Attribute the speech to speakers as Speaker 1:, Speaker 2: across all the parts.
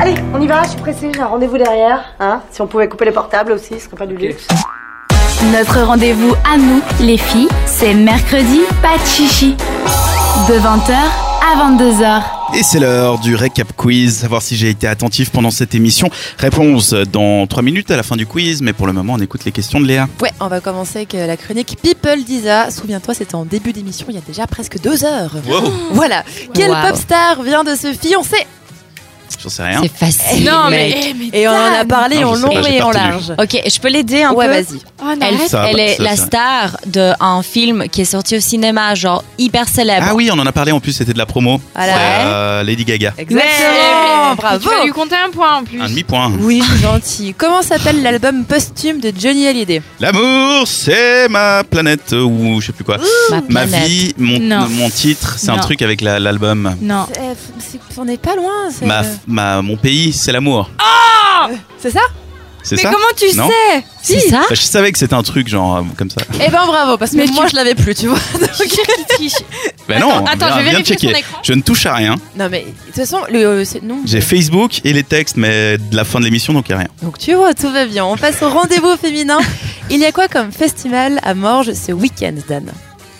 Speaker 1: Allez, on y va, je suis pressée, j'ai un rendez-vous derrière. Hein si on pouvait couper les portables aussi, ce serait pas du luxe.
Speaker 2: Notre rendez-vous à nous, les filles, c'est mercredi, pas de chichi. De 20h à 22h.
Speaker 3: Et c'est l'heure du récap quiz, savoir si j'ai été attentif pendant cette émission. Réponse dans 3 minutes à la fin du quiz, mais pour le moment on écoute les questions de Léa.
Speaker 4: Ouais, on va commencer avec euh, la chronique People d'Isa. Souviens-toi, c'était en début d'émission, il y a déjà presque deux heures. Voilà. Quelle
Speaker 5: Wow.
Speaker 4: pop star vient de se fiancer
Speaker 3: J'en sais rien.
Speaker 5: C'est facile.
Speaker 6: Non,
Speaker 5: mec.
Speaker 6: mais.
Speaker 4: Et on en a parlé
Speaker 3: Non,
Speaker 4: en
Speaker 3: Ah, je sais
Speaker 4: long
Speaker 3: pas, j'ai
Speaker 4: et en
Speaker 3: pas retenu.
Speaker 4: large.
Speaker 5: eh, Ok, je peux l'aider un
Speaker 4: Ouais,
Speaker 5: peu.
Speaker 4: vas-y.
Speaker 6: Oh non,
Speaker 5: Elle,
Speaker 6: arrête.
Speaker 3: Ça,
Speaker 5: elle est
Speaker 3: ça,
Speaker 5: la
Speaker 3: ça.
Speaker 5: star d'un film qui est sorti au cinéma, genre hyper célèbre.
Speaker 3: Ah oui, on en a parlé en plus, c'était de la promo.
Speaker 6: Ah
Speaker 4: Voilà.
Speaker 3: C'est, euh, Lady Gaga.
Speaker 4: Exactement.
Speaker 6: Ouais.
Speaker 4: Bravo.
Speaker 6: Tu vas lui compter un point en plus.
Speaker 3: Un demi-point.
Speaker 4: Oui, gentil. Comment s'appelle l'album posthume de Johnny Hallyday
Speaker 3: L'amour, c'est ma planète, euh, ou je sais plus quoi. Ma
Speaker 5: planète.
Speaker 3: vie, mon,
Speaker 6: Non.
Speaker 3: mon titre, c'est un
Speaker 6: Non.
Speaker 3: truc avec la- l'album.
Speaker 6: Non.
Speaker 4: euh, On n'est pas loin. c'est- euh,
Speaker 3: Ma, ma- mon pays, c'est l'amour.
Speaker 4: C'est ça
Speaker 3: C'est
Speaker 6: Ah, Mais
Speaker 3: ça
Speaker 6: comment tu
Speaker 3: Non.
Speaker 6: sais
Speaker 5: C'est
Speaker 4: Si.
Speaker 5: ça
Speaker 3: Bah, Je savais que c'était un truc genre euh, comme ça.
Speaker 4: Eh ben bravo, parce que
Speaker 6: Mais
Speaker 4: moi
Speaker 6: tu-
Speaker 4: je l'avais plus, tu vois.
Speaker 6: Tu triches.
Speaker 3: Bah
Speaker 6: Attends,
Speaker 3: non,
Speaker 6: attends,
Speaker 3: viens,
Speaker 6: je vais
Speaker 3: viens
Speaker 6: vérifier
Speaker 3: checker.
Speaker 6: son écran.
Speaker 3: Je ne touche à rien.
Speaker 4: Non mais de toute façon, le euh, c'est- non.
Speaker 3: J'ai Facebook et les textes, mais de la fin de l'émission, donc il n'y a rien.
Speaker 4: Donc tu vois, tout va bien. On passe au rendez-vous féminin. Il y a quoi comme festival à Morges ce week-end, Dan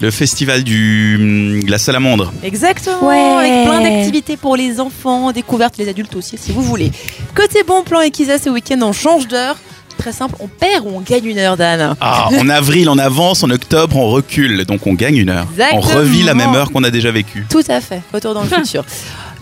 Speaker 3: Le festival du, hum, de la salamandre.
Speaker 4: Exactement.
Speaker 5: Ouais.
Speaker 4: Avec plein d'activités pour les enfants, découvertes les adultes aussi, si vous voulez. Côté bon plan et Kisa, ce week-end, on change d'heure. Très simple, on perd ou on gagne une heure, Dan
Speaker 3: Ah, en avril, on avance, en octobre, on recule, donc on gagne une heure.
Speaker 4: Exactement.
Speaker 3: On revit la même heure qu'on a déjà vécue.
Speaker 4: Tout à fait. Retour dans le futur.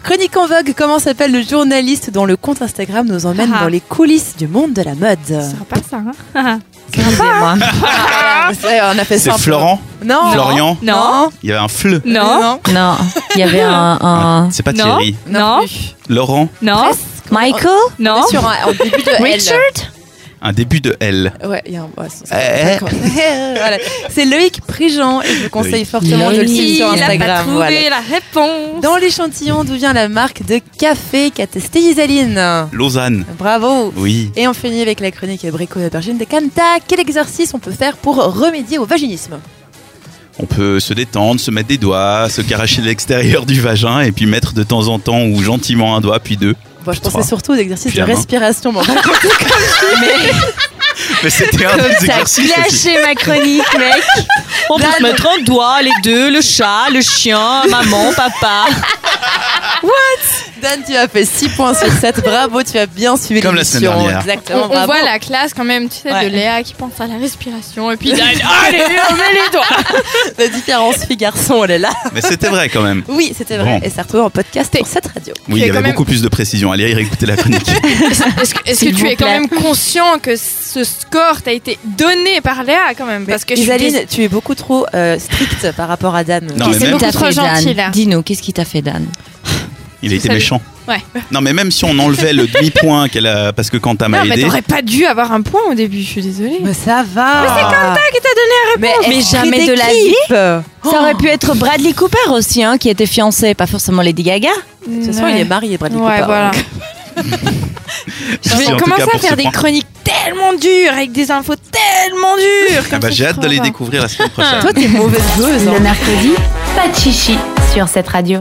Speaker 4: Chronique en vogue, comment s'appelle le journaliste dont le compte Instagram nous emmène
Speaker 6: Ah.
Speaker 4: dans les coulisses du monde de la mode
Speaker 6: Ce sera pas ça, hein
Speaker 5: Excusez-moi.
Speaker 4: Ah, C'est- On a fait
Speaker 3: C'est
Speaker 4: simple.
Speaker 3: Florent
Speaker 4: Non.
Speaker 3: Florian
Speaker 6: Non.
Speaker 3: Il y avait un fleu.
Speaker 6: Non.
Speaker 5: Non, il y avait un, un-
Speaker 3: C'est pas
Speaker 6: Non.
Speaker 3: Thierry.
Speaker 6: Non.
Speaker 4: plus.
Speaker 3: Laurent,
Speaker 6: Non.
Speaker 3: Ah.
Speaker 5: Michael
Speaker 4: On
Speaker 6: Non.
Speaker 4: est Sur un, au début de L.
Speaker 5: Richard
Speaker 3: un début de L.
Speaker 4: Ouais, il y a un. ouais, c'est-
Speaker 3: Eh.
Speaker 6: Euh.
Speaker 4: d'accord. Voilà. C'est Loïc Prigent et je vous conseille
Speaker 3: Loïc.
Speaker 4: fortement de le
Speaker 5: Loïc.
Speaker 4: suivre
Speaker 6: Il
Speaker 4: sur
Speaker 6: a pas
Speaker 4: Instagram.
Speaker 6: trouvé
Speaker 4: voilà.
Speaker 6: la réponse.
Speaker 4: Dans l'échantillon, d'où vient la marque de café qu'a testé Isaline
Speaker 3: Lausanne.
Speaker 4: Bravo
Speaker 3: Oui.
Speaker 4: Et on finit avec la chronique Brico d'Aubergine de Kanta. Quel exercice on peut faire pour remédier au vaginisme
Speaker 3: On peut se détendre, se mettre des doigts, se caracher l'extérieur du vagin et puis mettre de temps en temps ou gentiment un doigt, puis deux.
Speaker 4: Bon, je
Speaker 3: Puis
Speaker 4: pensais
Speaker 3: trois.
Speaker 4: surtout aux exercices
Speaker 3: Puis
Speaker 4: de
Speaker 3: la main.
Speaker 4: respiration. mais on va
Speaker 3: Mais c'était un des exercices aussi.
Speaker 5: ma chronique, mec. On peut se mettre en doigt, les deux, le chat, le chien, maman, papa.
Speaker 4: Dan, tu as fait 6 points sur 7. Bravo, tu as bien suivi
Speaker 3: Comme la semaine
Speaker 4: l'émission.
Speaker 3: dernière.
Speaker 6: On,
Speaker 4: Exactement.
Speaker 6: on
Speaker 4: bravo.
Speaker 6: voit la classe quand même, tu sais,
Speaker 5: Ouais.
Speaker 6: de Léa qui pense à la respiration et puis Daniel, allez, on met les doigts.
Speaker 4: la différence fille-garçon, elle est là.
Speaker 3: Mais c'était vrai quand même.
Speaker 4: Oui, c'était vrai.
Speaker 3: Bon.
Speaker 4: Et ça retrouve en podcast pour cette radio.
Speaker 3: Oui, il
Speaker 6: Puis
Speaker 3: y
Speaker 6: quand
Speaker 3: avait
Speaker 6: même-
Speaker 3: beaucoup plus de précision. Allez, réécouter la chronique.
Speaker 6: Est-ce que, est-ce
Speaker 5: S'il
Speaker 6: que tu
Speaker 5: vous
Speaker 6: es quand
Speaker 5: plaît.
Speaker 6: même conscient que ce score t'a été donné par Léa quand même Parce que je suis Oh,
Speaker 4: Isaline, tu es beaucoup trop euh, stricte par rapport à Dan.
Speaker 3: Non, mais
Speaker 5: Qu'est-ce
Speaker 3: même-
Speaker 5: qui t'a
Speaker 6: Trop
Speaker 5: fait,
Speaker 6: gentil, là.
Speaker 5: Dan Dis-nous, qu'est-ce qui t'a fait, Dan
Speaker 3: Il a été
Speaker 6: Salut.
Speaker 3: méchant.
Speaker 6: Ouais.
Speaker 3: Non, mais même si on enlevait le demi-point qu'elle a. Parce que quand t'as
Speaker 6: Non,
Speaker 3: m'a
Speaker 6: mais
Speaker 3: aidé.
Speaker 6: t'aurais pas dû avoir un point au début, je suis désolée.
Speaker 4: Mais ça va.
Speaker 6: Qui t'a donné un
Speaker 4: Mais,
Speaker 5: Oh, Mais
Speaker 4: esprit
Speaker 5: jamais de la
Speaker 4: d'équipe.
Speaker 5: Ça aurait pu être Bradley Cooper aussi, hein, qui était fiancé, pas forcément Lady Gaga.
Speaker 4: De
Speaker 6: De
Speaker 4: toute façon, il hein. est marié, Bradley
Speaker 6: Ouais,
Speaker 4: Cooper.
Speaker 6: voilà. Je
Speaker 3: Merci,
Speaker 6: vais
Speaker 3: en tout
Speaker 6: commencer
Speaker 3: cas,
Speaker 6: à
Speaker 3: pour ce
Speaker 6: faire des
Speaker 3: point.
Speaker 6: chroniques tellement dures, avec des infos tellement dures.
Speaker 3: Ah
Speaker 6: comme
Speaker 3: bah,
Speaker 6: ça,
Speaker 3: j'ai
Speaker 6: tu
Speaker 3: hâte de les
Speaker 6: trouveras.
Speaker 3: découvrir la semaine prochaine.
Speaker 4: Toi, t'es mauvaise joueuse. hein.
Speaker 5: mercredi, pas de chichi sur cette radio.